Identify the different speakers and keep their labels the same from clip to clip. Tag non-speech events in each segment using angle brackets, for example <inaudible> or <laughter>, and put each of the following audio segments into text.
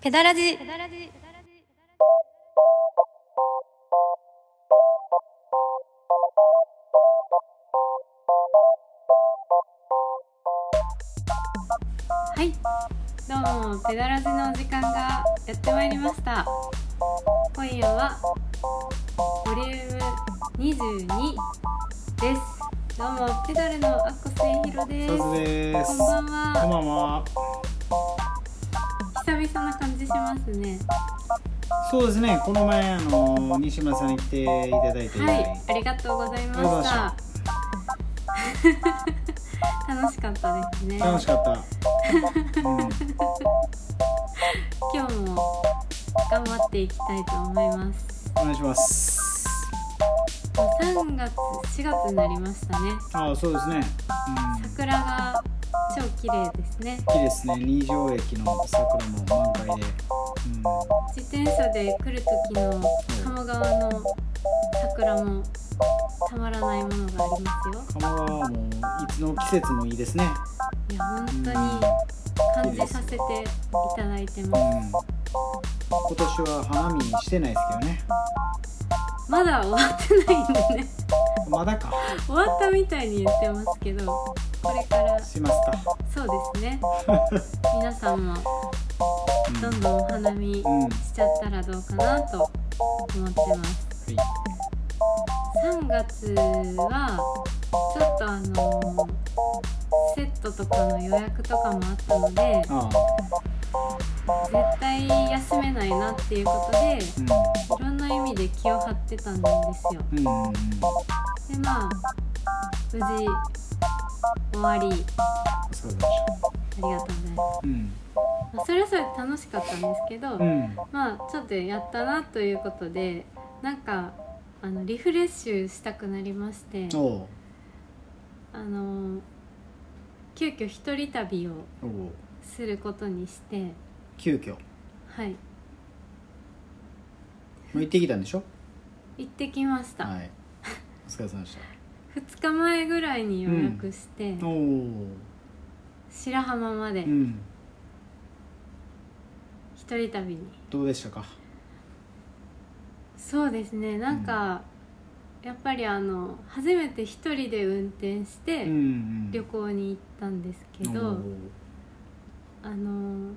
Speaker 1: ペダラジ
Speaker 2: はい、どうもペダラジのお時間がやってまいりました。今夜はボリューム22です。どうもペダルのアッコセイヒロで
Speaker 3: サ
Speaker 2: す。
Speaker 3: ズです。
Speaker 2: こんばん
Speaker 3: こん
Speaker 2: は。
Speaker 3: ばんは。
Speaker 2: 久々な感じしますね。
Speaker 3: そうですね。この前あの西村さんに来ていただいて、
Speaker 2: はい、ありがとうございま
Speaker 3: ありがとうございま
Speaker 2: し。
Speaker 3: した
Speaker 2: 楽しかったですね。
Speaker 3: 楽しかった。うん、
Speaker 2: 今日も頑張っていきたいと思います。
Speaker 3: お願いします。
Speaker 2: まあ3月、4月になりましたね。
Speaker 3: あ、そうですね。うん、
Speaker 2: 桜が超綺麗ですね
Speaker 3: 綺麗ですね。二条駅の桜も満開で、うん、
Speaker 2: 自転車で来る時の鴨川の桜もたまらないものがありますよ
Speaker 3: 鴨川はもういつの季節もいいですね。
Speaker 2: いや本
Speaker 3: うん、
Speaker 2: 当に感じさせていただいて
Speaker 3: う
Speaker 2: ま
Speaker 3: ん。今年は花見してないですけどね。
Speaker 2: すまだ終わってないんでね
Speaker 3: まだか。
Speaker 2: 終わったみたいに言ってますけどこれから
Speaker 3: しますか。
Speaker 2: そうですね皆さんも
Speaker 3: うん
Speaker 2: どんどんお花見し
Speaker 3: うん。は
Speaker 2: ちゃったらどうかなと思ってます
Speaker 3: い。
Speaker 2: 3月はちょっとあのセットとかの予約とかもあったので
Speaker 3: ああ。
Speaker 2: 絶対休めないなっていうことでい
Speaker 3: うん
Speaker 2: ろんな意味で気を張ってたんですよ。
Speaker 3: うん。うん。
Speaker 2: でまあ無事終わりあ
Speaker 3: お疲れ様でした。
Speaker 2: りがとうございま
Speaker 3: うん。
Speaker 2: す、まあそれはそれで楽しかったんですけど、
Speaker 3: うん。
Speaker 2: まあちょっとやったなということでなんかあのリフレッシュしたくなりまして
Speaker 3: おう
Speaker 2: あの急遽一人旅を
Speaker 3: おう
Speaker 2: することにして
Speaker 3: 急遽
Speaker 2: はい
Speaker 3: もう行ってきたんでしょ
Speaker 2: 行ってきました、
Speaker 3: はいお疲れ様でし
Speaker 2: <laughs> 2日前ぐらいに予約して、
Speaker 3: たおお
Speaker 2: 白浜まで
Speaker 3: うん
Speaker 2: 一人旅に、
Speaker 3: どうでしたか
Speaker 2: そうですねなんか、やっぱりあの初めて一人で運転し
Speaker 3: う
Speaker 2: て
Speaker 3: んうん
Speaker 2: 旅行に行ったんですけど、
Speaker 3: おう
Speaker 2: あの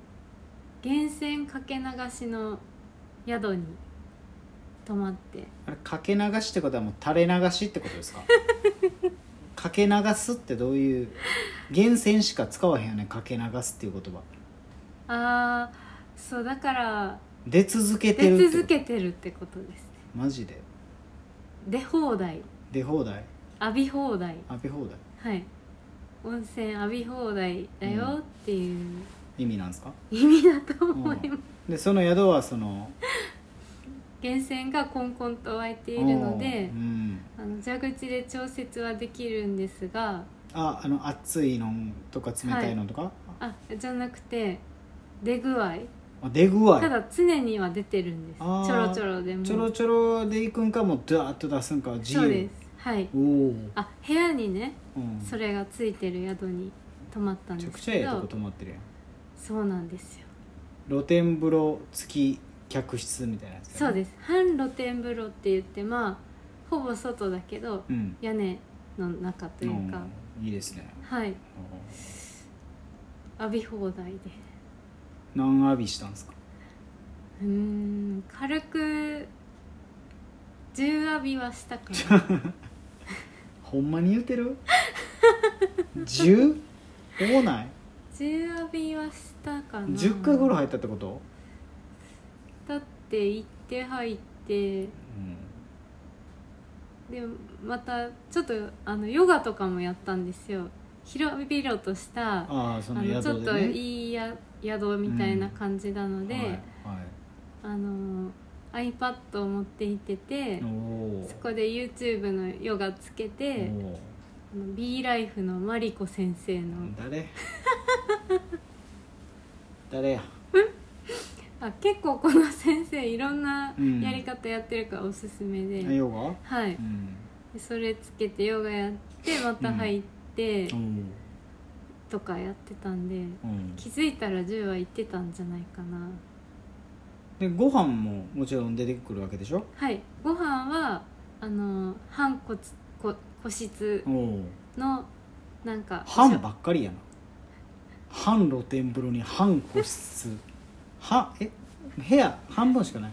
Speaker 2: 源泉かけ流しの宿に泊まって
Speaker 3: あれかけ流しってことはもう垂れ流しってこ
Speaker 2: <laughs>
Speaker 3: とですかかけ流すってどういう源泉しか使わへんよねかけ流すっていう言葉
Speaker 2: ああそうだから
Speaker 3: 出続けてるって
Speaker 2: 出
Speaker 3: こと
Speaker 2: 続けてるってことですね
Speaker 3: マジで
Speaker 2: 出放題
Speaker 3: 出放題
Speaker 2: 浴び放題
Speaker 3: 浴び放題
Speaker 2: はい温泉浴び放題だよっていう
Speaker 3: 意味なんですか
Speaker 2: 意味だと思います、
Speaker 3: でその宿はその
Speaker 2: 源泉がコンコンと湧いているので
Speaker 3: おううん
Speaker 2: あの蛇口で調節はできるんですが
Speaker 3: ああの熱いのとか冷たいのとか、
Speaker 2: あじゃなくて出具合
Speaker 3: あ出具合
Speaker 2: ただ常には出てるんですち
Speaker 3: あー
Speaker 2: ょろちょろでも
Speaker 3: ちょろちょろで行くんかもうダーッと出すんかは自由
Speaker 2: そうですはい
Speaker 3: おお、
Speaker 2: あ部屋にね
Speaker 3: うん、
Speaker 2: それがついてる宿に泊まったん
Speaker 3: めち
Speaker 2: で
Speaker 3: ゃく
Speaker 2: す
Speaker 3: ちゃえ
Speaker 2: け
Speaker 3: えとこ
Speaker 2: ど
Speaker 3: 泊まってるやん
Speaker 2: そうなんですよ
Speaker 3: 露天風呂付き客室みたいなやつ
Speaker 2: そう
Speaker 3: す
Speaker 2: です半露天風呂って言ってまあほぼ外だけど
Speaker 3: うん
Speaker 2: 屋根の中というか、
Speaker 3: うんいいですね
Speaker 2: はい浴び放題で
Speaker 3: うん何浴びしたんですか
Speaker 2: うーん軽く10浴びはしたかな
Speaker 3: ほんまに言うてる 10? 多ない
Speaker 2: 10浴びはしたかな
Speaker 3: 10回風呂入ったってこと、
Speaker 2: だって行って入って
Speaker 3: うん、
Speaker 2: でまたちょっとあのヨガとかもやったんですよ広々としたあ
Speaker 3: ああその
Speaker 2: の
Speaker 3: 宿で、ね、
Speaker 2: ちょっといいや宿みたいな感じなので、
Speaker 3: はい、は
Speaker 2: あの iPad を持って行ってて、
Speaker 3: い、おお
Speaker 2: そこで YouTube のヨガつけ
Speaker 3: お
Speaker 2: て
Speaker 3: ー
Speaker 2: b ライフのマリコ先生の
Speaker 3: 誰誰や
Speaker 2: あ結構この先生いろんな
Speaker 3: うん
Speaker 2: やり方やってるからおすすめで、
Speaker 3: あヨガ
Speaker 2: はい
Speaker 3: うん
Speaker 2: でそれつけてヨガやってまた入って
Speaker 3: うん
Speaker 2: とかやってたんで
Speaker 3: うん
Speaker 2: 気づいたら10は行ってたんじゃないかな
Speaker 3: でご飯ももちろん出てくるわけでしょ
Speaker 2: はいご飯はあの半骨こ個室
Speaker 3: おお
Speaker 2: のなんか
Speaker 3: 半ばっかりやな半露天風呂に半個室はえ部屋半分しかない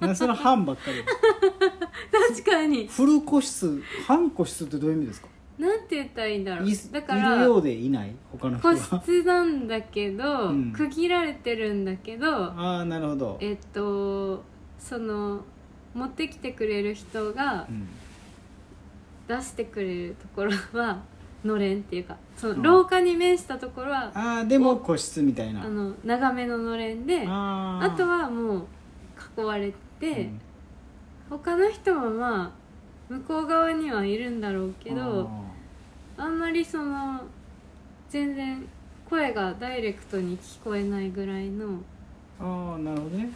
Speaker 2: <laughs>
Speaker 3: なそれ半ばっかり
Speaker 2: <laughs> 確かに
Speaker 3: フル個室半個室ってどういう意味ですか
Speaker 2: なんて言ったらいいんだろう
Speaker 3: い
Speaker 2: だから
Speaker 3: いるようでいない他の人
Speaker 2: 個
Speaker 3: が
Speaker 2: 室なんだけど、
Speaker 3: うん
Speaker 2: 区切られてるんだけど
Speaker 3: <laughs> ああなるほど、
Speaker 2: えっとその持ってきてくれる人が
Speaker 3: うん、
Speaker 2: 出してくれるところはのれんっていうかその、
Speaker 3: うん
Speaker 2: 廊下に面したところはあ
Speaker 3: ああでも個室みたいな
Speaker 2: の長めののれんであ
Speaker 3: あー
Speaker 2: とはもう囲われ
Speaker 3: う
Speaker 2: て、
Speaker 3: ん
Speaker 2: 他の人はまあ向こう側にはいるんだろうけどあんまりその全然声がダイレクトに聞こえないぐらいの
Speaker 3: あーあーなるほどね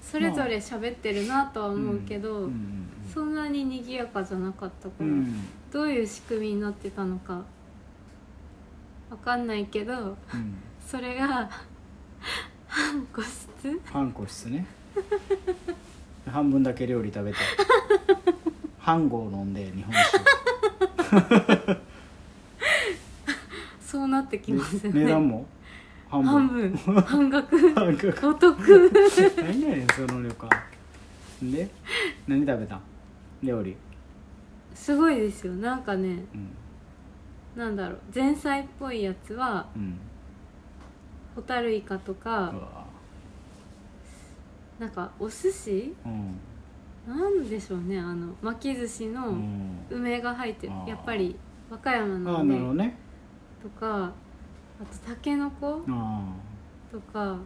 Speaker 2: それぞれ喋ってるなとは思うけど、
Speaker 3: うんうん
Speaker 2: そんなに賑やかじゃなかったか
Speaker 3: う
Speaker 2: ら、
Speaker 3: んうん
Speaker 2: どういう仕組みになってたのかわかんないけど
Speaker 3: うん
Speaker 2: それが <laughs> 半個室
Speaker 3: 半個室ね <laughs> 半分だけ料理食べて半合飲んで日本
Speaker 2: そうなってきます
Speaker 3: 酒
Speaker 2: よ
Speaker 3: 値
Speaker 2: ね
Speaker 3: 段も半分
Speaker 2: 半分半額
Speaker 3: 半分
Speaker 2: お得
Speaker 3: <laughs> 何やねんその旅館で何食べたん料理、
Speaker 2: すごいですよなんかね
Speaker 3: うん
Speaker 2: なんだろう前菜っぽいやつは
Speaker 3: うん、
Speaker 2: ホタルイカと
Speaker 3: う
Speaker 2: か
Speaker 3: わ
Speaker 2: なんかお寿司
Speaker 3: うん
Speaker 2: なんでしょうねあの巻き寿司
Speaker 3: う
Speaker 2: の
Speaker 3: ん
Speaker 2: 梅が入ってる
Speaker 3: あー
Speaker 2: やっぱり和歌山
Speaker 3: あ
Speaker 2: の
Speaker 3: あなるほど
Speaker 2: 梅
Speaker 3: ね
Speaker 2: とかあとたけのこ
Speaker 3: あ
Speaker 2: とか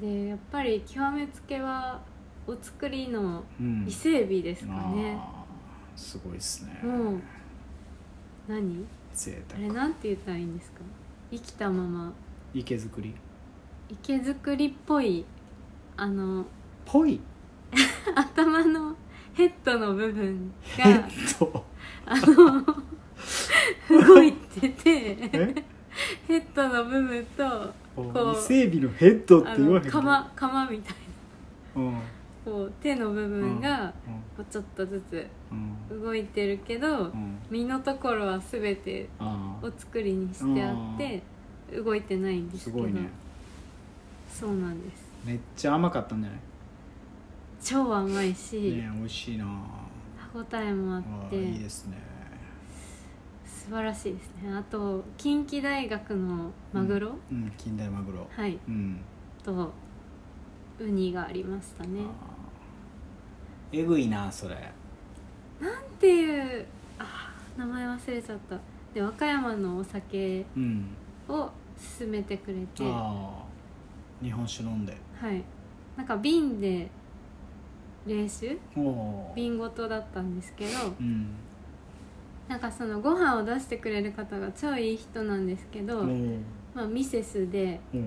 Speaker 2: でやっぱり極めつけはお作りの
Speaker 3: ーうん
Speaker 2: 伊勢エビですかね、
Speaker 3: あーすごいっすね
Speaker 2: もう何
Speaker 3: 贅
Speaker 2: あ
Speaker 3: 沢
Speaker 2: れなんて言ったらいいんですか生きたまま
Speaker 3: 池作り
Speaker 2: 池作りっぽいあの
Speaker 3: ぽい
Speaker 2: 頭のヘッドの部分
Speaker 3: えっ
Speaker 2: が <laughs>
Speaker 3: と
Speaker 2: あの動いてて
Speaker 3: え
Speaker 2: ヘッドの部分と
Speaker 3: 伊勢海老のヘッドって
Speaker 2: あ
Speaker 3: 言わ
Speaker 2: の
Speaker 3: へんの
Speaker 2: 釜釜みたいな
Speaker 3: うんうん
Speaker 2: こう手の部分がこうちょっとずつ
Speaker 3: うん
Speaker 2: 動いてるけど
Speaker 3: うん
Speaker 2: 身のところは全て
Speaker 3: あ
Speaker 2: お作りにしてあって動いてないん
Speaker 3: あ
Speaker 2: です
Speaker 3: す
Speaker 2: けど
Speaker 3: ごいね
Speaker 2: そうなんです
Speaker 3: めっちゃ甘かったんじゃない
Speaker 2: 超甘いし、
Speaker 3: ねえ美味しいな
Speaker 2: 歯応えもあ
Speaker 3: あ
Speaker 2: っ
Speaker 3: あ
Speaker 2: て
Speaker 3: いいですね
Speaker 2: 素晴らしいですねあと近畿大学のマグロ、
Speaker 3: うん近代マグロ
Speaker 2: はい
Speaker 3: うん
Speaker 2: とウニがありましたね
Speaker 3: あーえぐいなそれ
Speaker 2: っていうあー名前忘れちゃったで和歌山のお酒
Speaker 3: うん
Speaker 2: を勧めてくれては
Speaker 3: ああ日本酒飲んで
Speaker 2: いなんか瓶で練習
Speaker 3: おお
Speaker 2: 瓶ごとだったんですけど
Speaker 3: うん
Speaker 2: なんかそのご飯を出してくれる方が超いい人なんですけど、
Speaker 3: おー
Speaker 2: まあ、ミセスで
Speaker 3: おー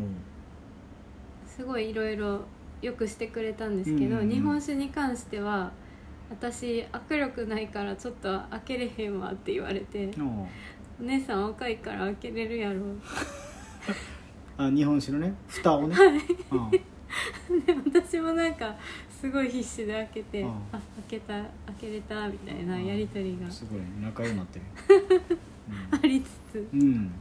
Speaker 2: すごいいろいろよくしてくれたんですけど、
Speaker 3: うんうんうん
Speaker 2: 日本酒に関しては私握力ないからちょっと開けれへんわって言われて
Speaker 3: おー
Speaker 2: お姉さん若いから開けれるやろ
Speaker 3: あ日本酒のね蓋をねうん
Speaker 2: で私もなんかすごい必死で開けて、
Speaker 3: うん
Speaker 2: あ開けた開けれたみたいなやり取りが
Speaker 3: すごい仲良くなってる
Speaker 2: <laughs> ありつつ
Speaker 3: うん、うん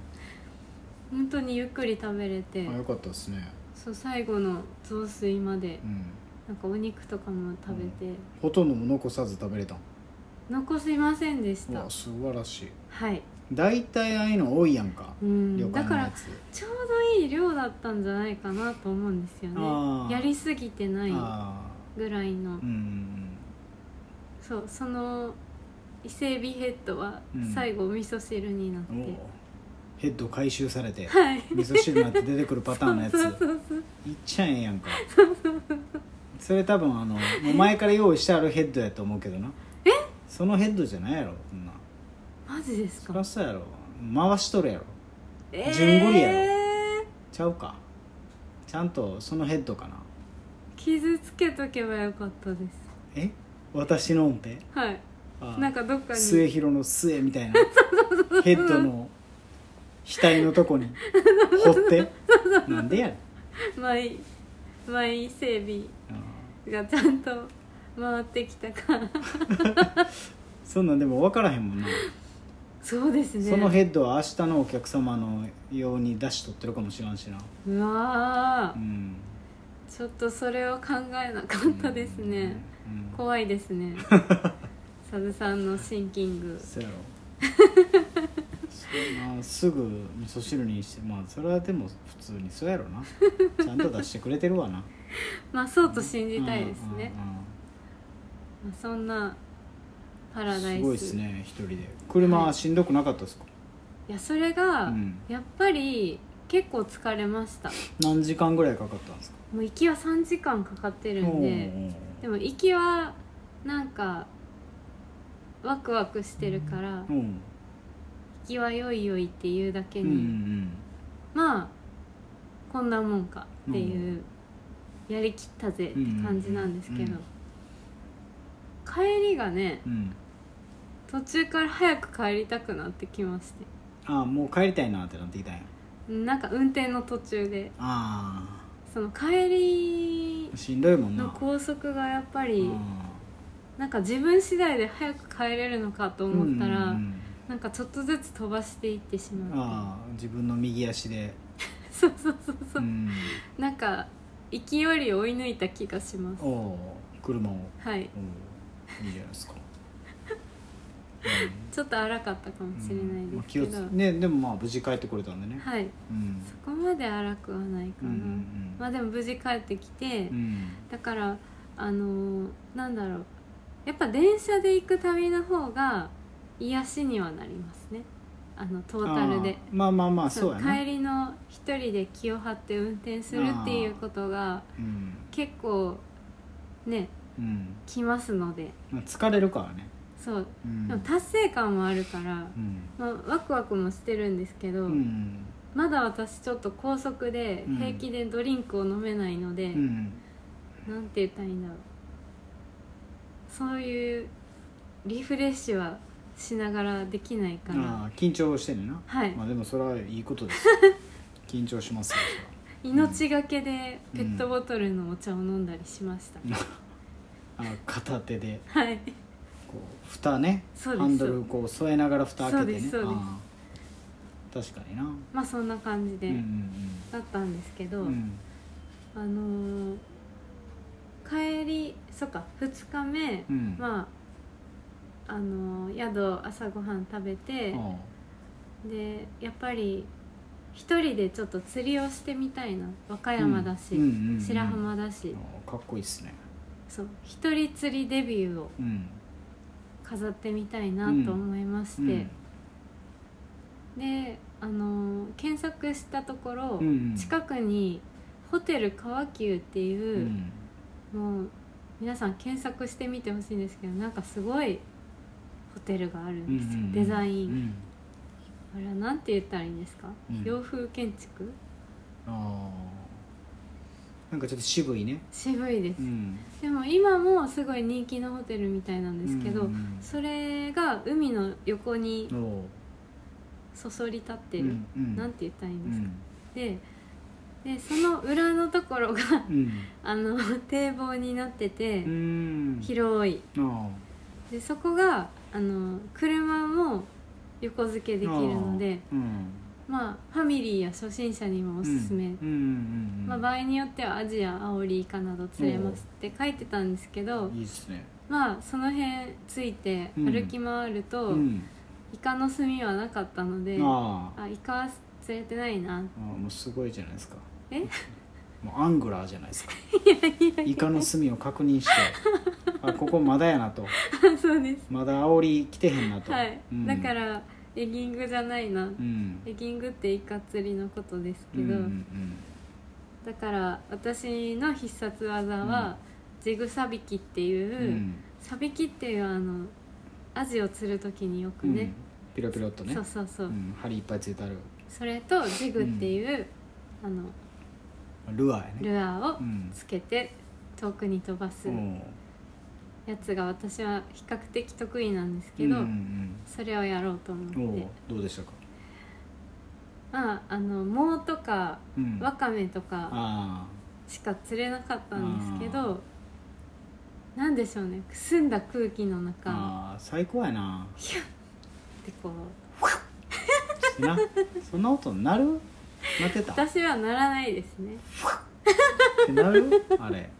Speaker 2: 本当にゆっくり食べれて
Speaker 3: あよかったですね、
Speaker 2: そう最後の雑炊まで
Speaker 3: うん、
Speaker 2: なんかお肉とかも食べて、
Speaker 3: ほとんども残さず食べれたん
Speaker 2: 残しませんでし
Speaker 3: う
Speaker 2: た
Speaker 3: わ素晴らしい
Speaker 2: はい、
Speaker 3: 大体ああいうの多いやんか、
Speaker 2: うん、
Speaker 3: 旅
Speaker 2: だ
Speaker 3: 館
Speaker 2: か
Speaker 3: のや
Speaker 2: ら
Speaker 3: つ
Speaker 2: ちょうどいい量だったんじゃないかなと思うんですよ
Speaker 3: あ
Speaker 2: ね
Speaker 3: ー
Speaker 2: やりすぎてない
Speaker 3: あ
Speaker 2: ぐらいの
Speaker 3: あうん
Speaker 2: そうその伊勢エビヘッドは
Speaker 3: うん
Speaker 2: 最後お味噌汁になって、
Speaker 3: おーヘッド回収されて
Speaker 2: はい
Speaker 3: 味噌汁になって出てくるパターンのやつ
Speaker 2: そうそうそう
Speaker 3: いっちゃええやんかそれ多分あのもう前から用意してあるヘッドやと思うけどな
Speaker 2: え
Speaker 3: そのヘッドじゃないやろそんな
Speaker 2: マジです
Speaker 3: そ
Speaker 2: から
Speaker 3: そうやろ回しとるやろ
Speaker 2: えー
Speaker 3: 順繰りやろちゃうかちゃんとそのヘッドかな
Speaker 2: 傷つけとけばよかったです
Speaker 3: え私の音程
Speaker 2: はい
Speaker 3: あ
Speaker 2: なんかどっかに
Speaker 3: 末広の末みたいなヘッドの額のとこに掘ってなんでやねん
Speaker 2: まあいい前整備
Speaker 3: うん
Speaker 2: がちゃんと回ってきたか
Speaker 3: そんなんでも分からへんもんな、
Speaker 2: そうですね
Speaker 3: そのヘッドは明日のお客様のように出し取ってるかもしらんしな
Speaker 2: うわ
Speaker 3: う
Speaker 2: ー
Speaker 3: ん
Speaker 2: ちょっとそれを考えなかったですね、
Speaker 3: うん
Speaker 2: 怖いです
Speaker 3: <laughs>
Speaker 2: ねサブさんのシンキング
Speaker 3: そうやろ <laughs> そうやなすぐ味噌汁にしてまあそれはでも普通にそうやろなちゃんと出してくれてる
Speaker 2: <laughs>
Speaker 3: わな
Speaker 2: まあそうと信じたいですね、
Speaker 3: うんうんうん
Speaker 2: まあ、そんなパラダイス
Speaker 3: すごいですね一人で車はしんどくなかったですか、
Speaker 2: いやそれが、
Speaker 3: うん
Speaker 2: やっぱり結構疲れました
Speaker 3: 何時間ぐらいかかったんですか
Speaker 2: もう行きは3時間かかってるんででも行きはなんかワクワクしてるから
Speaker 3: うんうん
Speaker 2: 行きはよいよいっていうだけ
Speaker 3: う
Speaker 2: に、
Speaker 3: ん
Speaker 2: まあこんなもんかっていう、やりきったぜって感じなんですけど、
Speaker 3: うん
Speaker 2: 帰りがね
Speaker 3: うんうん
Speaker 2: 途中から早く帰りたくなってきまして
Speaker 3: ああもう帰りたいなってなってきたんや
Speaker 2: なんか運転の途中で
Speaker 3: あ
Speaker 2: その帰り
Speaker 3: あしんどいもんな
Speaker 2: の高速がやっぱり
Speaker 3: あ
Speaker 2: なんか自分次第で早く帰れるのかと
Speaker 3: あ
Speaker 2: 思ったら、
Speaker 3: うんうん
Speaker 2: なんかちょっとずつ飛ばしていってし
Speaker 3: うん
Speaker 2: まって
Speaker 3: ああ自分の右足で
Speaker 2: そうそうそうそうう、
Speaker 3: ん
Speaker 2: なんか勢いより追い抜いた気がします
Speaker 3: おお車を
Speaker 2: はい
Speaker 3: おおいいじゃな
Speaker 2: <laughs>
Speaker 3: いですか、
Speaker 2: ちょっと荒かったかもしれない
Speaker 3: うん
Speaker 2: で
Speaker 3: まあ
Speaker 2: す
Speaker 3: 気
Speaker 2: け
Speaker 3: を
Speaker 2: ど、
Speaker 3: つねでもまあ無事帰ってこれたんでね、
Speaker 2: はい
Speaker 3: うん
Speaker 2: そこまで荒くはないか
Speaker 3: う
Speaker 2: な、
Speaker 3: んうん
Speaker 2: まあでも無事帰ってきて、
Speaker 3: うん
Speaker 2: だからあのーなんだろうやっぱ電車で行く旅の方が癒しにはなりますねあのトータルで
Speaker 3: ああまあまあまあそうやな、
Speaker 2: 帰りの一人で気を張って運転するっていうことが
Speaker 3: うん
Speaker 2: 結構ね
Speaker 3: うん
Speaker 2: きますので
Speaker 3: まあ、疲れるからね、
Speaker 2: そう
Speaker 3: うん
Speaker 2: でも達成感もあるから、
Speaker 3: うん
Speaker 2: まあ、ワクワクもしてるんですけど、
Speaker 3: うん
Speaker 2: まだ私ちょっと高速で
Speaker 3: うん
Speaker 2: 平気でドリンクを飲めないので、
Speaker 3: うん
Speaker 2: なんて言ったらいいんだろうそういうリフレッシュはしながらできないから
Speaker 3: ああ緊張してんねんな、
Speaker 2: はい
Speaker 3: まあでもそれはいいこと
Speaker 2: <laughs>
Speaker 3: です緊張しますよ
Speaker 2: 命がけでペットボトルのお茶を飲んだりしました、
Speaker 3: それはああ片手で
Speaker 2: はい
Speaker 3: こう蓋ね
Speaker 2: そうです
Speaker 3: ハンドルこう添えながら蓋開けてね
Speaker 2: そうですそうです
Speaker 3: ああ確かにな、
Speaker 2: まあそんな感じ
Speaker 3: う
Speaker 2: で
Speaker 3: ん
Speaker 2: だったんですけど、
Speaker 3: うんうんうん
Speaker 2: あのー帰りそっか2日目、
Speaker 3: うん
Speaker 2: まああのー宿朝ごはん食べて、
Speaker 3: ああ
Speaker 2: でやっぱり一人でちょっと釣りをしてみたいな和歌山だし、
Speaker 3: うんうんうんうん
Speaker 2: 白浜だし、
Speaker 3: ああかっこいいっすね
Speaker 2: そう一人釣りデビューを
Speaker 3: うん
Speaker 2: 飾ってみたいなと思いまして、
Speaker 3: うん
Speaker 2: であのー検索したところ、
Speaker 3: うんうん
Speaker 2: 近くにホテル川急って
Speaker 3: う
Speaker 2: いう、
Speaker 3: ん
Speaker 2: もう皆さん検索してみてほしいんですけどなんかすごいホテルがある
Speaker 3: うんん
Speaker 2: ですよ、
Speaker 3: うん
Speaker 2: デザイン、
Speaker 3: うん
Speaker 2: あれはなんて言ったらいいんですか、
Speaker 3: うん
Speaker 2: 洋風建築
Speaker 3: ああなんかちょっと渋いね
Speaker 2: 渋いです、
Speaker 3: うん
Speaker 2: でも今もすごい人気のホテルみたいなんですけど、
Speaker 3: うんうん
Speaker 2: それが海の横に
Speaker 3: うんおう
Speaker 2: そそり立ってる、
Speaker 3: うんうん
Speaker 2: なんて言ったらいいん
Speaker 3: う
Speaker 2: ですか、
Speaker 3: ん
Speaker 2: ででその裏のところが <laughs>
Speaker 3: うん
Speaker 2: あの堤防になってて、
Speaker 3: うん
Speaker 2: 広い
Speaker 3: あ
Speaker 2: でそこがあの車も横付け
Speaker 3: あ
Speaker 2: できるので
Speaker 3: ああうん
Speaker 2: まあファミリーや初心者にもおすすめ、
Speaker 3: うんうんうんうん
Speaker 2: まあ、場合によってはアジアアオリイカなど釣れますって書いてたんですけど
Speaker 3: いいっすね
Speaker 2: まあその辺ついて
Speaker 3: うん
Speaker 2: 歩き回ると、
Speaker 3: うん
Speaker 2: イカの炭はなかったのであ
Speaker 3: ああ
Speaker 2: イカは釣れてないな <laughs>
Speaker 3: ああもうすごいじゃないですか
Speaker 2: え
Speaker 3: もうアングラーじゃな
Speaker 2: <laughs>
Speaker 3: いですかイカの隅を確認してあここまだやなと
Speaker 2: そうです
Speaker 3: まだ煽り来てへんなと
Speaker 2: はい、
Speaker 3: うん
Speaker 2: だからエギングじゃないな、
Speaker 3: うん
Speaker 2: エギングってイカ釣りのことですけど、
Speaker 3: うんうん
Speaker 2: だから私の必殺技は、ジグサビキっていう
Speaker 3: う、んうん
Speaker 2: サビキっていうあのアジを釣る時によく
Speaker 3: う
Speaker 2: ね
Speaker 3: ん、ピロピロっとね
Speaker 2: そうそうそう、
Speaker 3: うん、針いっぱいついてある
Speaker 2: それとジグっていう、あの
Speaker 3: ルアーやね
Speaker 2: ルアーを
Speaker 3: うん
Speaker 2: つけて遠くに飛ばす
Speaker 3: うん
Speaker 2: やつが私は比較的得意なんですけど、
Speaker 3: うん
Speaker 2: それをやろうと
Speaker 3: うんうん
Speaker 2: 思っ
Speaker 3: お
Speaker 2: て
Speaker 3: うどうでしたか、
Speaker 2: まああの藻とか
Speaker 3: うん
Speaker 2: わかめとか
Speaker 3: あ
Speaker 2: しか釣れなかったんですけどなんでしょうねくすんだ空気の中
Speaker 3: ああ最高やな
Speaker 2: でこう <laughs>
Speaker 3: しなそんな音なるなってたっ
Speaker 2: 私はならないですね
Speaker 3: てなるあれ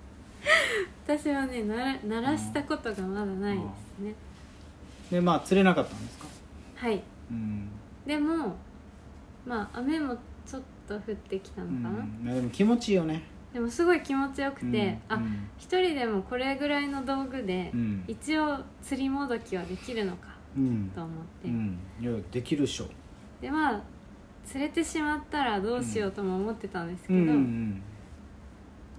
Speaker 2: 私はねなら鳴らしたことがまだないですね
Speaker 3: でまあ釣れなかったんですか
Speaker 2: はい
Speaker 3: うん、
Speaker 2: でもまあ雨もちょっと降ってきた
Speaker 3: う
Speaker 2: のかな、
Speaker 3: ん、いやでも気持ちいいよね
Speaker 2: でもすごい気持ちよくて、
Speaker 3: う
Speaker 2: あ
Speaker 3: ん
Speaker 2: 一人でもこれぐらいの道具で、
Speaker 3: うん
Speaker 2: 一応釣りもどきはできるのか
Speaker 3: うん
Speaker 2: と思って、
Speaker 3: うんいやできるっしょ
Speaker 2: でまあ釣れてしまったらどうしようとも思ってたんですけ
Speaker 3: う
Speaker 2: ど、
Speaker 3: んうん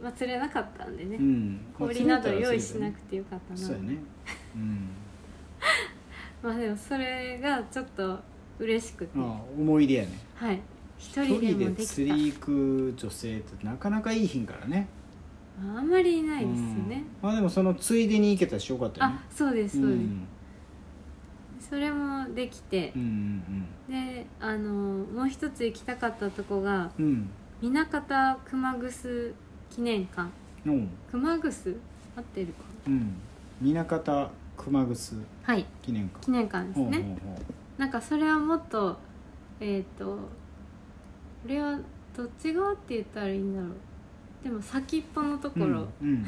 Speaker 2: まあ、釣れなかったんでね、
Speaker 3: うんうん
Speaker 2: 氷など用意しな
Speaker 3: て
Speaker 2: くてよかったな、
Speaker 3: そうやね
Speaker 2: <laughs>
Speaker 3: うん
Speaker 2: まあでもそれがちょっと嬉しくて、
Speaker 3: ああ思い出やね
Speaker 2: はい一人
Speaker 3: 一人
Speaker 2: で
Speaker 3: で
Speaker 2: もでき
Speaker 3: 釣
Speaker 2: た、
Speaker 3: り行く女性ってなかなかいいひんからね
Speaker 2: まあ、あんまりいないですよね、
Speaker 3: うんまあでもそのついでに行けたしよかったよね
Speaker 2: あそうですそう
Speaker 3: う
Speaker 2: です、
Speaker 3: ん
Speaker 2: それもできて
Speaker 3: う、ん
Speaker 2: であのもう一つ行きたかったとこが
Speaker 3: うんうん
Speaker 2: 南方熊楠記念館
Speaker 3: うんうん
Speaker 2: 熊楠合ってるか
Speaker 3: うん南方熊楠
Speaker 2: なはい
Speaker 3: 記念館
Speaker 2: 記念館です
Speaker 3: ほう
Speaker 2: ね、
Speaker 3: ほうほ
Speaker 2: なんかそれはもっとえっ、とこれはどっち側って言ったらいいんだろうでも先っぽのと
Speaker 3: う
Speaker 2: ころ
Speaker 3: うん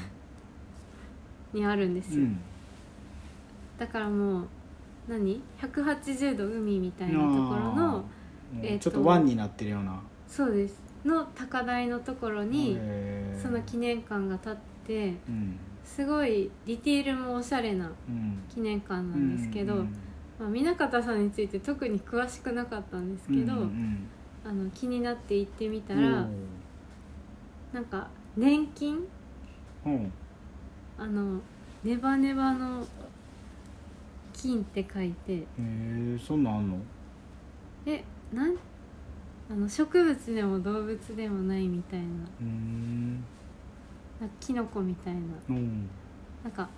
Speaker 2: にあるんです
Speaker 3: う
Speaker 2: よ、
Speaker 3: ん
Speaker 2: だからもう何180度海みたいなところ
Speaker 3: あ
Speaker 2: の
Speaker 3: ー
Speaker 2: えーと
Speaker 3: ちょっと湾になってるような
Speaker 2: そうですの高台のところに
Speaker 3: へー
Speaker 2: その記念館が立って
Speaker 3: うん
Speaker 2: すごいディティールもおしゃれな
Speaker 3: うん
Speaker 2: 記念館なんですけど、
Speaker 3: うん
Speaker 2: まあ、南方さんについて特に詳しくなかったんです
Speaker 3: う
Speaker 2: け
Speaker 3: ん
Speaker 2: ど、
Speaker 3: うん
Speaker 2: あの気になって行ってみた
Speaker 3: う
Speaker 2: ら、
Speaker 3: ん
Speaker 2: なんか年金
Speaker 3: おーうん
Speaker 2: あのネバネバの金って書いて
Speaker 3: へえそんなんあんの
Speaker 2: えなんあの植物でも動物でもないみたいな
Speaker 3: うん
Speaker 2: なんかキノコみたいな
Speaker 3: うん
Speaker 2: なんか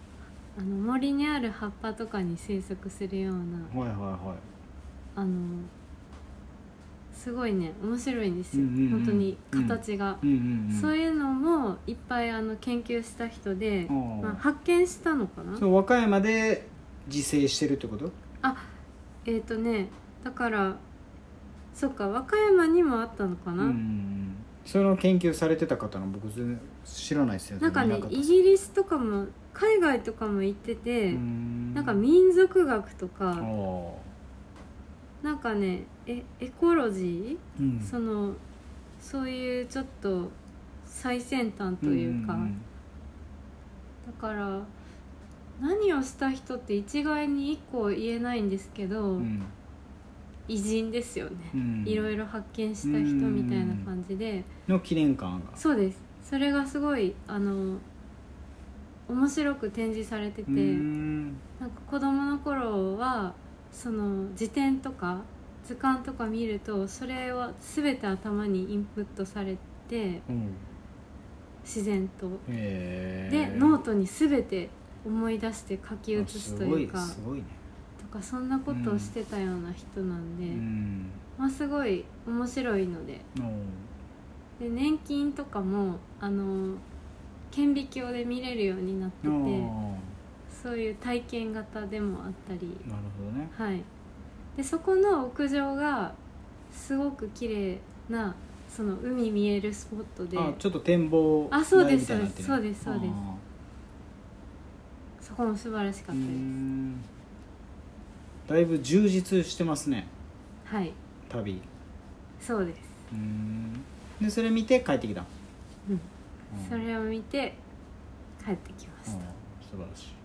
Speaker 2: あの森にある葉っぱとかに生息するような
Speaker 3: はいはいは
Speaker 2: あのすごいね面白いんですよ、
Speaker 3: うんうんうん
Speaker 2: 本当に形が、
Speaker 3: いうんうんうん
Speaker 2: そういうのもいっぱいあの研究した人で、
Speaker 3: あー
Speaker 2: まあ、発見したのかな
Speaker 3: その和歌山で自生してるってこと
Speaker 2: えっ、とねだからそっか和歌山にもあったのか
Speaker 3: うんう
Speaker 2: な、
Speaker 3: んうんその研究されてた方の僕全然知らないですよ
Speaker 2: なんかね
Speaker 3: その
Speaker 2: イ
Speaker 3: 南方さ
Speaker 2: ギリスとかも海外とかも行ってて、
Speaker 3: うん
Speaker 2: なんか民族学と
Speaker 3: あ
Speaker 2: か
Speaker 3: ー
Speaker 2: なんかねえエコロジ
Speaker 3: うん
Speaker 2: ーそのそういうちょっと最先端というか、
Speaker 3: んん
Speaker 2: だから何をした人って一概に一個言えないんですけど、
Speaker 3: うん
Speaker 2: 偉人ですよね、
Speaker 3: うん
Speaker 2: いろいろ発見した人みたいな感じで、
Speaker 3: の記念館が
Speaker 2: そうですそれがすごいあの面白く展示されてて、
Speaker 3: うーん
Speaker 2: なんか子供の頃はその辞典とか図鑑とか見るとそれは全て頭にインプットされて
Speaker 3: うん
Speaker 2: 自然と
Speaker 3: へ
Speaker 2: でノートに全て思い出して書き
Speaker 3: ー
Speaker 2: 写すというか
Speaker 3: あすごいすごいね
Speaker 2: とかそんなことをしてたような人なんで、
Speaker 3: うん
Speaker 2: まあすごい面白いので
Speaker 3: おー
Speaker 2: で年金とかもあの顕微鏡で見れるようになって
Speaker 3: あー
Speaker 2: てそういう体験型でもあったり
Speaker 3: なるほどね
Speaker 2: はいでそこの屋上がすごく綺麗なその海見えるスポットで
Speaker 3: あちょっと展望
Speaker 2: あそうです
Speaker 3: 台みたいになってる
Speaker 2: そうですそうですそうです
Speaker 3: あ
Speaker 2: そこも素晴らしか
Speaker 3: ー
Speaker 2: っ
Speaker 3: うー
Speaker 2: たで
Speaker 3: んだいぶ充実してますね
Speaker 2: すはい
Speaker 3: 旅
Speaker 2: そうです、
Speaker 3: うーんでそれ見て帰ってきた
Speaker 2: うん、
Speaker 3: うん
Speaker 2: それを見て帰ってきま
Speaker 3: うん
Speaker 2: した
Speaker 3: 素晴らし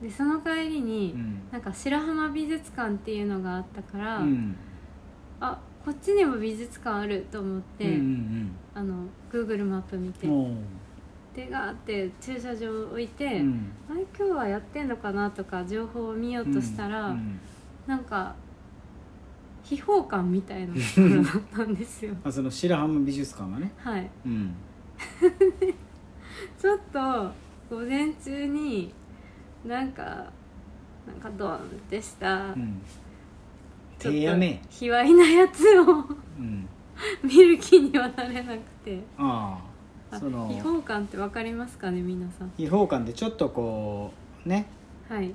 Speaker 2: でその帰り
Speaker 3: い
Speaker 2: に、
Speaker 3: うん
Speaker 2: なんか白浜美術館っていうのがあったから、
Speaker 3: うん
Speaker 2: あこっちにも美術館あると思って、
Speaker 3: うん
Speaker 2: あの Google マップ見て、
Speaker 3: うんうんおー
Speaker 2: でガーって駐車場置いて、
Speaker 3: うん
Speaker 2: あれ今日はやってんのかなとか情報を見ようとしたら、
Speaker 3: うん
Speaker 2: なんか秘宝館みたいなところだったんですよ <laughs>
Speaker 3: あその白浜美術館がね
Speaker 2: はい
Speaker 3: うん
Speaker 2: ちょっと午前中になんかなんかドーンってした、
Speaker 3: うん
Speaker 2: ちょっと
Speaker 3: 手やめ
Speaker 2: 卑猥なやつを
Speaker 3: うん
Speaker 2: 見る気にはなれなくて
Speaker 3: ああ
Speaker 2: あ
Speaker 3: その
Speaker 2: 違法感ってわかりますかね皆さん
Speaker 3: 違法感でちょっとこうね
Speaker 2: はい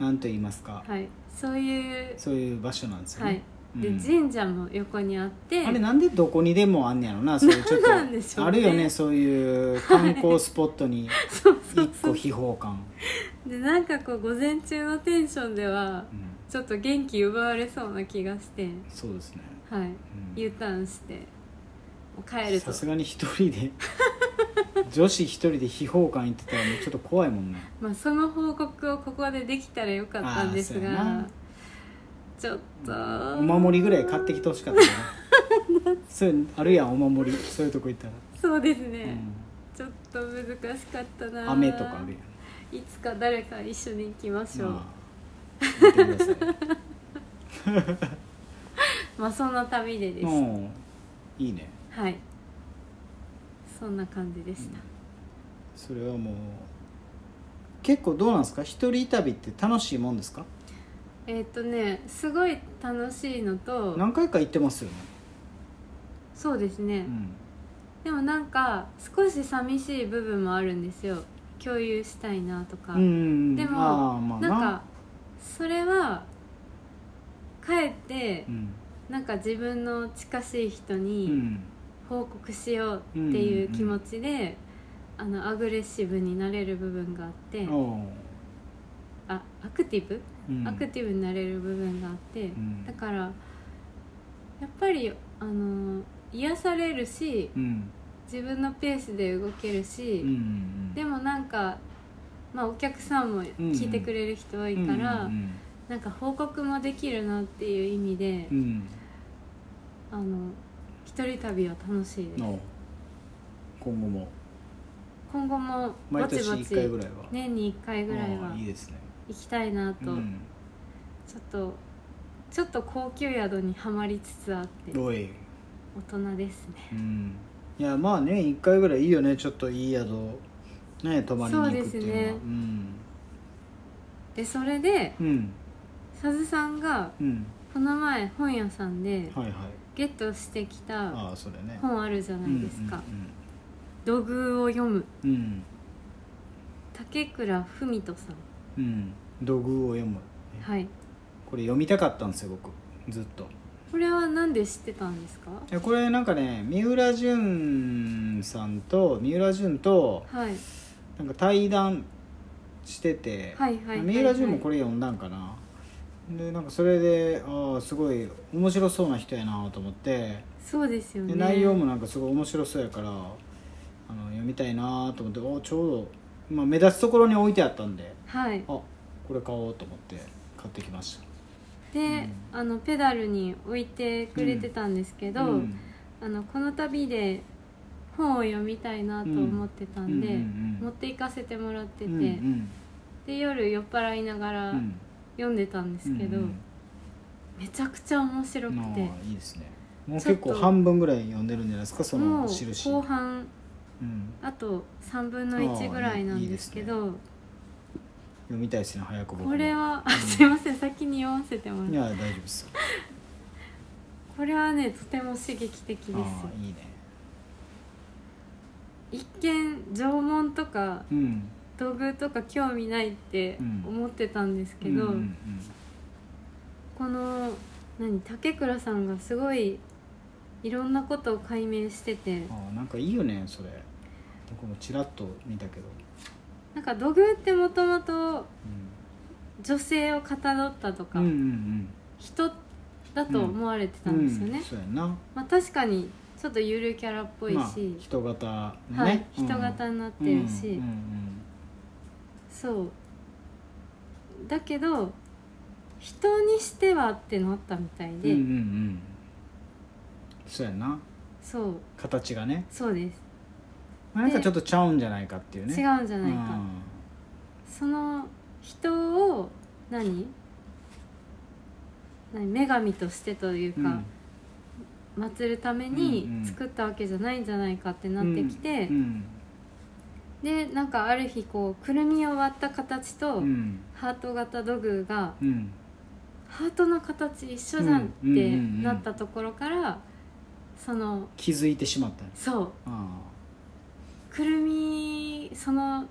Speaker 3: なんと言いますか、
Speaker 2: はいそういう
Speaker 3: そういう場所なんですよね、
Speaker 2: はい、で、
Speaker 3: うん
Speaker 2: 神社も横にあって
Speaker 3: あれなんでどこにでもあんねやろなそういうちょっと
Speaker 2: なんでしょうね
Speaker 3: あるよねそういう観光スポットに
Speaker 2: <laughs> そう <laughs> そう
Speaker 3: 一個秘宝感、
Speaker 2: でなんかこう午前中のテンションでは
Speaker 3: うん、
Speaker 2: ちょっと元気奪われそうな気がして
Speaker 3: そうですね、
Speaker 2: はい
Speaker 3: うん
Speaker 2: U ターンしてもう帰ると
Speaker 3: さすがに一人
Speaker 2: <laughs>
Speaker 3: で女子一人で秘宝館行ってたらもうちょっと怖いもんね
Speaker 2: まあ、その報告をここでできたらよかったんです
Speaker 3: あーそうや
Speaker 2: が
Speaker 3: な
Speaker 2: ちょっと
Speaker 3: お守りぐらい買ってきてほしかったねそういうあるやんお守
Speaker 2: <laughs>
Speaker 3: りそういうとこ行ったら、
Speaker 2: そうです
Speaker 3: う
Speaker 2: ね、
Speaker 3: ん
Speaker 2: ちょっと難しかったな
Speaker 3: 雨とかある
Speaker 2: いつか誰か一緒に行きまし
Speaker 3: や、
Speaker 2: ょうん
Speaker 3: まあ、行ってくだ
Speaker 2: <laughs>
Speaker 3: さ
Speaker 2: まあそんな旅で
Speaker 3: い
Speaker 2: です、
Speaker 3: もういいね
Speaker 2: はいそんな感じでした、
Speaker 3: それはもう結構どうなんですか一人旅って楽しいもんですか
Speaker 2: えーっ、とねすごい楽しいのと
Speaker 3: 何回か行ってますよね、
Speaker 2: そうですね、
Speaker 3: うん、
Speaker 2: でもなんか少し寂しい部分もあるんですよ共有したいなとか、
Speaker 3: うんうん
Speaker 2: でも
Speaker 3: ああまあ
Speaker 2: なんかそれは帰って
Speaker 3: うん
Speaker 2: なんか自分の近しい人
Speaker 3: う
Speaker 2: に
Speaker 3: ん
Speaker 2: 報告しようっていう気持ちで、あのアグレッシブになれる部分があって
Speaker 3: おう
Speaker 2: あアクティブ、
Speaker 3: うん
Speaker 2: アクティブになれる部分があって、
Speaker 3: ん
Speaker 2: だからやっぱりあの癒されるし
Speaker 3: うん
Speaker 2: 自分のペースで動けるし、
Speaker 3: うんうん
Speaker 2: でもなんか、まあ、お客さんも聞いてくれる人多いから、
Speaker 3: うん
Speaker 2: なんか報告もできるなっていう意味で、
Speaker 3: うんうん
Speaker 2: あの一人旅は楽しいです、
Speaker 3: おう今後も
Speaker 2: 今後もぼ
Speaker 3: 毎
Speaker 2: ち
Speaker 3: 年
Speaker 2: ぼ
Speaker 3: 1回ぐ
Speaker 2: ち
Speaker 3: らいは
Speaker 2: 年に1回ぐらい
Speaker 3: あ
Speaker 2: は
Speaker 3: あいいですね
Speaker 2: 行きたいな
Speaker 3: う
Speaker 2: と、
Speaker 3: ん
Speaker 2: ちょっとちょっと高級宿にはまりつつあって大
Speaker 3: おい
Speaker 2: 人ですね
Speaker 3: うんいやまあね1回ぐらいいいよねちょっといい宿ね泊まりに行くっていうの
Speaker 2: そ
Speaker 3: は
Speaker 2: うですね
Speaker 3: うん
Speaker 2: でそれで
Speaker 3: うん
Speaker 2: さずさんが
Speaker 3: うん
Speaker 2: この前本屋さんで
Speaker 3: はいはい
Speaker 2: ゲットしてきた
Speaker 3: ああそれね
Speaker 2: 本あるじゃないですか
Speaker 3: う
Speaker 2: 「土偶を読む
Speaker 3: んうんうん」
Speaker 2: 竹倉文人さん
Speaker 3: うんうん土偶を読む
Speaker 2: はい
Speaker 3: これ読みたかったんですよ僕ずっと
Speaker 2: これはなんで知ってたんですか
Speaker 3: いやこれなんかね三浦淳さんと三浦淳と
Speaker 2: はい
Speaker 3: なんか対談してて、
Speaker 2: はいはいはいはい
Speaker 3: 三浦淳もこれ読んだんかなでなんかそれでああすごい面白そうな人やなと思って
Speaker 2: そうですよね
Speaker 3: で内容もなんかすごい面白そうやからあの読みたいなと思っておちょうど、まあ、目立つところに置いてあったんで
Speaker 2: はい
Speaker 3: あこれ買おうと思って買ってきまし
Speaker 2: で、あのペダルに置いてくれてたんですけ
Speaker 3: た
Speaker 2: ど、
Speaker 3: うん
Speaker 2: あのこの旅で本を読みたいなと思ってたんで、
Speaker 3: うんうんうん
Speaker 2: 持って行かせてもらってて、
Speaker 3: うんうん
Speaker 2: で夜酔っ払いながら
Speaker 3: うん
Speaker 2: 読んでたんですけど、
Speaker 3: うんうん
Speaker 2: めちゃくちゃ面白くて
Speaker 3: ああいいですねもう
Speaker 2: ちょ
Speaker 3: 結
Speaker 2: っと
Speaker 3: 構半分ぐらい読んでるんじゃないですかそ
Speaker 2: も
Speaker 3: の
Speaker 2: う
Speaker 3: 印
Speaker 2: 後半
Speaker 3: うん、
Speaker 2: あと3分の1ぐらいなんですけ
Speaker 3: あ
Speaker 2: ど
Speaker 3: 読みたいですね早く僕も
Speaker 2: これは、あすいません先に読ませてもらっ
Speaker 3: い
Speaker 2: て
Speaker 3: や大丈夫ですよ
Speaker 2: これはねとても刺激的です
Speaker 3: ああいいね
Speaker 2: 一見縄文とか
Speaker 3: うん
Speaker 2: 土偶とか興味ないって
Speaker 3: うん
Speaker 2: 思ってたんですけど、
Speaker 3: うんうん
Speaker 2: この何竹倉さんがすごいいろんなことを解明してて
Speaker 3: うん、ああなんかいいよねそれ僕もちらっと見たけど、
Speaker 2: なんか土偶ってもともと
Speaker 3: う
Speaker 2: 女性をかたどったとか、
Speaker 3: ん、うんうん
Speaker 2: 人だと思われて
Speaker 3: う
Speaker 2: た
Speaker 3: ん
Speaker 2: んですよね、
Speaker 3: うん、そうやな
Speaker 2: まあ、確かにちょっとゆるキャラっぽいし、
Speaker 3: まあ、人型ね、
Speaker 2: はい、
Speaker 3: うん
Speaker 2: 人型になってるし、
Speaker 3: うんうん
Speaker 2: そうだけど人にしてはってなったみたい
Speaker 3: うん、う
Speaker 2: で、
Speaker 3: んうんうんそうやな
Speaker 2: そう
Speaker 3: 形がね
Speaker 2: そうです、
Speaker 3: なんかちょっとちゃうんじゃないかっていうね
Speaker 2: 違うんじゃないか、
Speaker 3: うん
Speaker 2: その人を何何女神としてというか、祀るために
Speaker 3: うんうん
Speaker 2: 作ったわけじゃないんじゃないかってなってきて、
Speaker 3: うん
Speaker 2: でなんかある日こうくるみを割った形と、
Speaker 3: うん
Speaker 2: ハート型土偶が
Speaker 3: うん
Speaker 2: ハートの形一緒じゃん
Speaker 3: う
Speaker 2: っ
Speaker 3: んうん
Speaker 2: て
Speaker 3: うんうん
Speaker 2: なったところから、その
Speaker 3: 気づいてしまったんです
Speaker 2: そう
Speaker 3: ああ
Speaker 2: その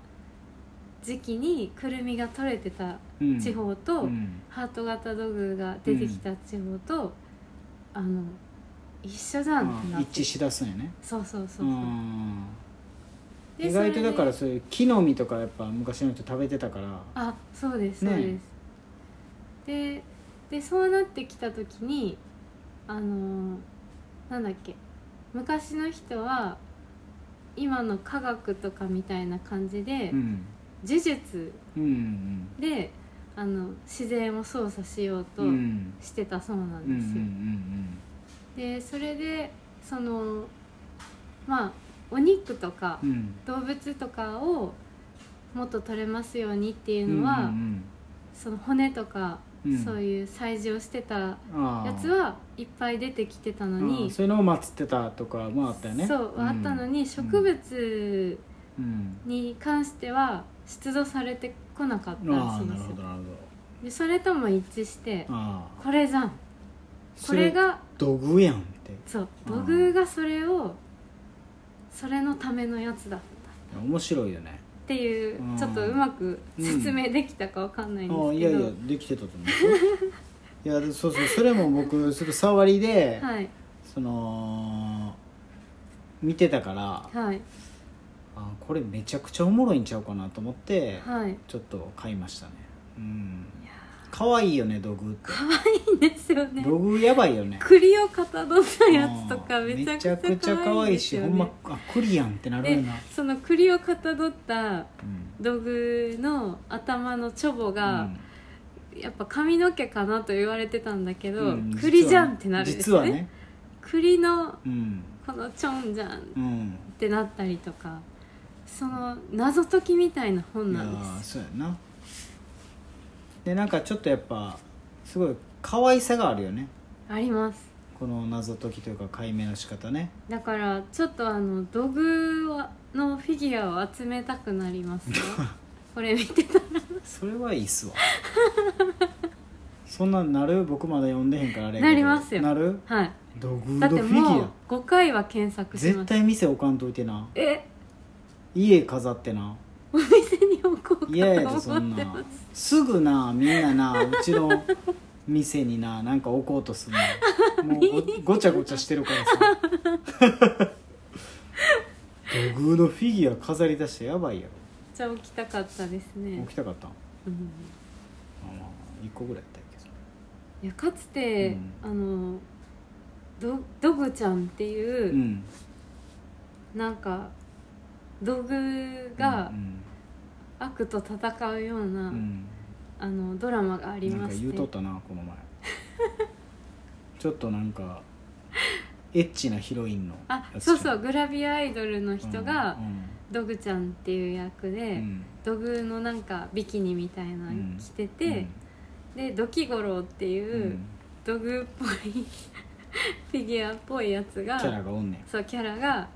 Speaker 2: 時期にくるみが取れてた
Speaker 3: うん
Speaker 2: 地方と、
Speaker 3: うん
Speaker 2: ハート型土偶が出てきた地方と、あの一緒じゃんって
Speaker 3: あ
Speaker 2: な
Speaker 3: あ
Speaker 2: って
Speaker 3: 一致しだすんやね
Speaker 2: そうそうそう
Speaker 3: う
Speaker 2: そう、
Speaker 3: ん
Speaker 2: で
Speaker 3: 意外とだから
Speaker 2: それで
Speaker 3: そういう木の実とかやっぱ昔の人食べてたから
Speaker 2: あそうですそう
Speaker 3: ね
Speaker 2: です、ででそうなってきた時にあのーなんだっけ昔の人は今の科学とかみたいな感じで、
Speaker 3: うん
Speaker 2: 呪術
Speaker 3: うん
Speaker 2: であの自然を操作しよう
Speaker 3: う
Speaker 2: と
Speaker 3: んうん
Speaker 2: してたそうなん
Speaker 3: うんうんう
Speaker 2: ですよ、で
Speaker 3: ん
Speaker 2: それでそのまあお肉とか
Speaker 3: うんうん
Speaker 2: 動物とかをもっと取れますようにっていううのは、
Speaker 3: ん
Speaker 2: その骨とか、
Speaker 3: うんうん
Speaker 2: そういう催事をしてた
Speaker 3: ああ
Speaker 2: やつはいっぱい出てきてたのに、
Speaker 3: うんそういうのを祀ってたとかもあったよね
Speaker 2: そう、
Speaker 3: ん
Speaker 2: あったのに植物
Speaker 3: うん
Speaker 2: に関しては出土されてこなかったら
Speaker 3: あ
Speaker 2: し
Speaker 3: あ
Speaker 2: いん
Speaker 3: な
Speaker 2: で
Speaker 3: る
Speaker 2: す
Speaker 3: ほ
Speaker 2: よ
Speaker 3: どなるほど
Speaker 2: でそれとも一致して
Speaker 3: ああ
Speaker 2: これじゃんこ
Speaker 3: そ
Speaker 2: れが
Speaker 3: 土偶やんって
Speaker 2: そう
Speaker 3: あ
Speaker 2: 土偶がそれをそれのためのやつだった
Speaker 3: 面白いよね
Speaker 2: っていう
Speaker 3: うん
Speaker 2: ちょっとうまく説明できたかわかんないんですけど、
Speaker 3: ああいやいやできてたと思うよいやでそうそうそれも僕それ触りで、
Speaker 2: はい
Speaker 3: その見てたから
Speaker 2: はい
Speaker 3: あこれめちゃくちゃおもろいんちゃうかなと思って、
Speaker 2: はいい
Speaker 3: ちょっと買いましたねうん
Speaker 2: や
Speaker 3: 可愛いよね土偶って
Speaker 2: ーいいですよね
Speaker 3: 土偶やばいよね
Speaker 2: 栗をかたどったやつとか
Speaker 3: うん
Speaker 2: めちゃく
Speaker 3: め
Speaker 2: ちゃ可
Speaker 3: 可
Speaker 2: 愛い
Speaker 3: 愛
Speaker 2: で
Speaker 3: い
Speaker 2: す
Speaker 3: し
Speaker 2: よ
Speaker 3: ほ
Speaker 2: ね
Speaker 3: んまあクリアンってなる
Speaker 2: で
Speaker 3: よな、
Speaker 2: その栗をかたどった
Speaker 3: うん
Speaker 2: 土偶の頭のチョボ
Speaker 3: う
Speaker 2: が、
Speaker 3: ん
Speaker 2: やっぱ髪の毛かなと言われてたんだけど、
Speaker 3: うん
Speaker 2: 栗じゃんってなるんです
Speaker 3: 実はね
Speaker 2: 栗の
Speaker 3: 実はねうん
Speaker 2: このちょんじゃんっ
Speaker 3: うん
Speaker 2: てなったりとかその謎解きみたいな本
Speaker 3: いや
Speaker 2: なん
Speaker 3: ー
Speaker 2: です
Speaker 3: そうやなでなんかちょっとやっぱすごい可愛さがあるよね
Speaker 2: あります
Speaker 3: この謎解きというか解明の仕方ね
Speaker 2: だからちょっとあの土偶のフィギュアを集めたくなり
Speaker 3: <laughs>
Speaker 2: ますねこれ見てたら
Speaker 3: それはいいっすわそんなんなる僕まだ読んでへんからあれやけど
Speaker 2: なりますよ
Speaker 3: なる
Speaker 2: はい
Speaker 3: 土偶
Speaker 2: だ
Speaker 3: の
Speaker 2: っ
Speaker 3: フ
Speaker 2: て
Speaker 3: ィギュ
Speaker 2: も
Speaker 3: ア
Speaker 2: う5回は検索しま
Speaker 3: 絶
Speaker 2: した
Speaker 3: 対店置かんといてな
Speaker 2: え
Speaker 3: 家飾ってな
Speaker 2: お店に置こうか
Speaker 3: 嫌やで
Speaker 2: と
Speaker 3: そん
Speaker 2: 思っ
Speaker 3: な
Speaker 2: て
Speaker 3: ん
Speaker 2: ます
Speaker 3: すぐなみんななうちの店にななんか置こうとするのもう
Speaker 2: <laughs>
Speaker 3: ごごちゃごちゃしてるからさ土偶のフィギュア飾り出してやばいや
Speaker 2: めっちゃ置きたかったです
Speaker 3: ろ
Speaker 2: ね
Speaker 3: 置きたかったん、ま
Speaker 2: うん
Speaker 3: あまあ、1個ぐらいやったんやけど
Speaker 2: いやかつて
Speaker 3: うん
Speaker 2: あのどドグちゃんっていうう、
Speaker 3: ん
Speaker 2: なんか土偶が
Speaker 3: うん
Speaker 2: 悪と戦うような、
Speaker 3: うん
Speaker 2: あのドラマがあり
Speaker 3: なん
Speaker 2: ま
Speaker 3: か
Speaker 2: し
Speaker 3: 言う
Speaker 2: て
Speaker 3: とったなこの前 <laughs> ちょっとなんかエッチなヒロインの
Speaker 2: あ
Speaker 3: やつ
Speaker 2: そうそうグラビアアイドルの人が
Speaker 3: うん
Speaker 2: ドグちゃんっていう役
Speaker 3: う
Speaker 2: で、
Speaker 3: ん
Speaker 2: 土偶のなんかビキニみたいなの着てて、でドキゴロウって
Speaker 3: うん
Speaker 2: いううん土偶っぽい <laughs> フィギュアっぽいやつが
Speaker 3: キャラがおんねん
Speaker 2: そうキャラが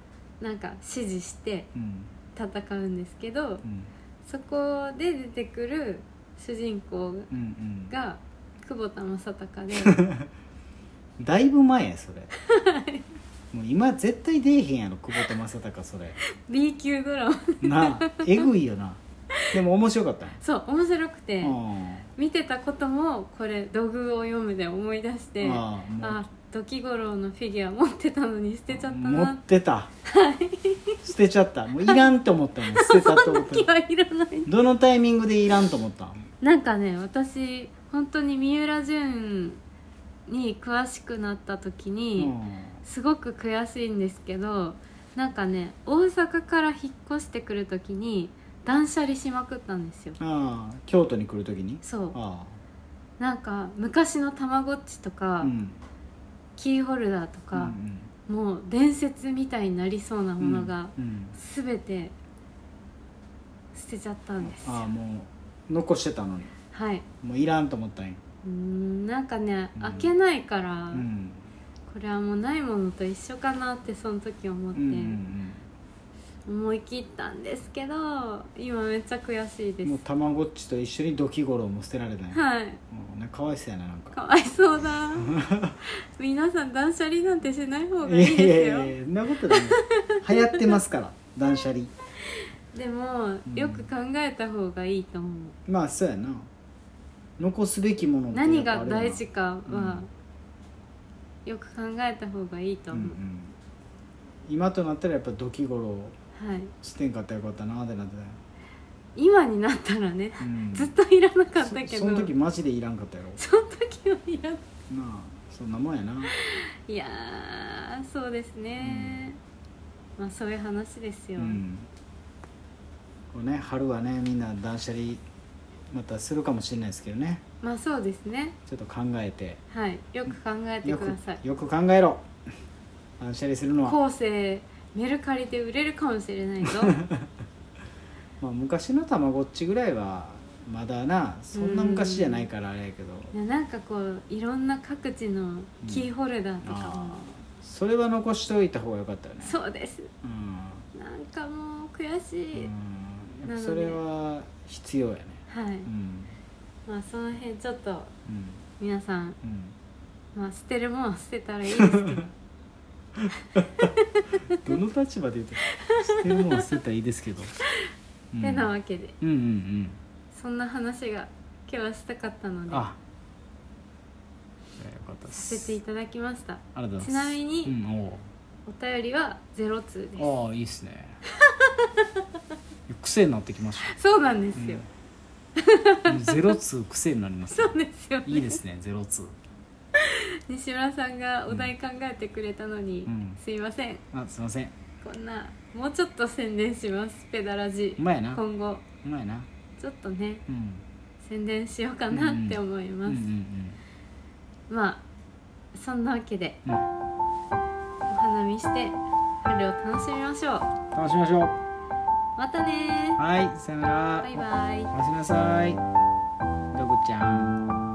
Speaker 2: なんか指示して
Speaker 3: うん
Speaker 2: 戦うんですけど
Speaker 3: うん
Speaker 2: そこで出てくる主人公
Speaker 3: うんうん
Speaker 2: が久保田正
Speaker 3: <laughs>
Speaker 2: 孝で
Speaker 3: だいぶ前やそれもう今絶対出えへんやろ久保田正孝それ
Speaker 2: B 級ドラマ
Speaker 3: なあえぐいよなでも面白かっ
Speaker 2: <laughs>
Speaker 3: たんや
Speaker 2: そう面白くて
Speaker 3: うん
Speaker 2: 見てたこともこれ「土偶を読む」で思い出してあ
Speaker 3: ああもう
Speaker 2: あドキゴロウのフィギュア持ってたのに捨てちゃった
Speaker 3: <laughs> 持
Speaker 2: な
Speaker 3: ってた捨てちゃったもういらんと思ったもん捨てたと思っ
Speaker 2: 気
Speaker 3: た
Speaker 2: はいらない
Speaker 3: どのタイミングでいらんと思ったん
Speaker 2: なんかね私本当に三浦淳に詳しくなった時に、
Speaker 3: う
Speaker 2: すごく悔しいんですけどなんかね大阪から引っ越してくるときに断捨離しまくったんですよ
Speaker 3: んああ京都に来るときに
Speaker 2: そう
Speaker 3: あ
Speaker 2: なんか昔のたまごっちと
Speaker 3: あ
Speaker 2: か、
Speaker 3: うん
Speaker 2: キーホルダーとか、もう伝説みたいになりそうな
Speaker 3: うん
Speaker 2: ものが
Speaker 3: うん
Speaker 2: 全て捨てちゃったんですよ、
Speaker 3: ああもう残してたのに
Speaker 2: はいう
Speaker 3: もういらんと思ったんや
Speaker 2: ーんなんかね、
Speaker 3: うん
Speaker 2: 開けないから、
Speaker 3: うん
Speaker 2: これはもうないものと一緒かなってその時思っ
Speaker 3: うん
Speaker 2: て、
Speaker 3: うん
Speaker 2: 思い切ったんですけど今めっちゃ悔しい
Speaker 3: うん
Speaker 2: です
Speaker 3: もうたまごっちと一緒にドキゴロウも捨てられたんや
Speaker 2: はい
Speaker 3: うんなんかかわいそうやななんか
Speaker 2: かわいそう
Speaker 3: <laughs>
Speaker 2: だ皆さん断捨離なんてしない方が
Speaker 3: い
Speaker 2: いい
Speaker 3: やい
Speaker 2: で
Speaker 3: やい
Speaker 2: すよ
Speaker 3: やそんなことない流行ってますから断捨離
Speaker 2: でも
Speaker 3: うん
Speaker 2: よく考えた方がいいと思う、
Speaker 3: まあそうやな残すべきものって
Speaker 2: 何
Speaker 3: やっぱ
Speaker 2: が
Speaker 3: あるよな
Speaker 2: 大事かは、よく考えた方がいいと
Speaker 3: うんう
Speaker 2: 思う、
Speaker 3: ん、今となったらやっぱ時頃
Speaker 2: はい、
Speaker 3: してんかったらよかったなってなって
Speaker 2: 今になったらね
Speaker 3: たよ、うん、
Speaker 2: ずっといらなかったけど
Speaker 3: そその時マジでいらんかったやろ
Speaker 2: その時はいらな
Speaker 3: なあそんなもんやない
Speaker 2: やーそうですね、まあそういう話です
Speaker 3: う
Speaker 2: よ、
Speaker 3: んこうね春はねみんな断捨離またするかもしれないですけどね
Speaker 2: まあそうですね
Speaker 3: ちょっと考えて
Speaker 2: はいよく考えて
Speaker 3: よ
Speaker 2: ください
Speaker 3: くよく考えろ断捨離するのは、
Speaker 2: 後世メルカリで売れるかもしれないぞ
Speaker 3: まあ、昔のたまごっちぐらいはまだなそんな昔じゃないからあれやけど
Speaker 2: いやなんかこういろんな各地のキーホルダーとか
Speaker 3: あ
Speaker 2: も、
Speaker 3: ーそれは残しておいた方がよかったよね
Speaker 2: そうです
Speaker 3: うん
Speaker 2: なんかもう悔
Speaker 3: う
Speaker 2: しい、
Speaker 3: ん
Speaker 2: なので
Speaker 3: やっぱそれは必要やね
Speaker 2: はい
Speaker 3: うん
Speaker 2: まあその辺ちょっと
Speaker 3: うん
Speaker 2: 皆さん、 <laughs>
Speaker 3: う
Speaker 2: まあ、捨てるものは捨てたらいいですけど
Speaker 3: んどの立場で言うと捨てるもんは捨てたらいいですけど、うん、
Speaker 2: てな
Speaker 3: うん
Speaker 2: わけで
Speaker 3: うんうん
Speaker 2: そんな話が今日はしたかったので
Speaker 3: あいやよかったで
Speaker 2: さ
Speaker 3: す
Speaker 2: せていただきました
Speaker 3: ありがとうござ
Speaker 2: ち
Speaker 3: いま
Speaker 2: な
Speaker 3: す
Speaker 2: みに、
Speaker 3: うんおう
Speaker 2: お便りはゼロ通です
Speaker 3: ああいいっすね癖になってきまし
Speaker 2: そうなんで
Speaker 3: た、
Speaker 2: すよ、
Speaker 3: うん、ゼロツー癖になります
Speaker 2: そうですよね
Speaker 3: いいですねゼロツー
Speaker 2: 西村さんがお題考えてくれたのに、
Speaker 3: うん
Speaker 2: すいません
Speaker 3: あすいません
Speaker 2: こんなもうちょっと宣伝しますペダラジ
Speaker 3: うまいなう
Speaker 2: 今後
Speaker 3: まいな
Speaker 2: ちょっとね
Speaker 3: うん
Speaker 2: 宣伝しようかなって思い
Speaker 3: うん
Speaker 2: ま
Speaker 3: う
Speaker 2: す、
Speaker 3: ん
Speaker 2: まあそんなわけで
Speaker 3: うんうん
Speaker 2: お花見して春を楽しみましょう
Speaker 3: 楽しみましょう
Speaker 2: またね
Speaker 3: はいさよなら
Speaker 2: バイバイ
Speaker 3: おやすみなさいどこちゃん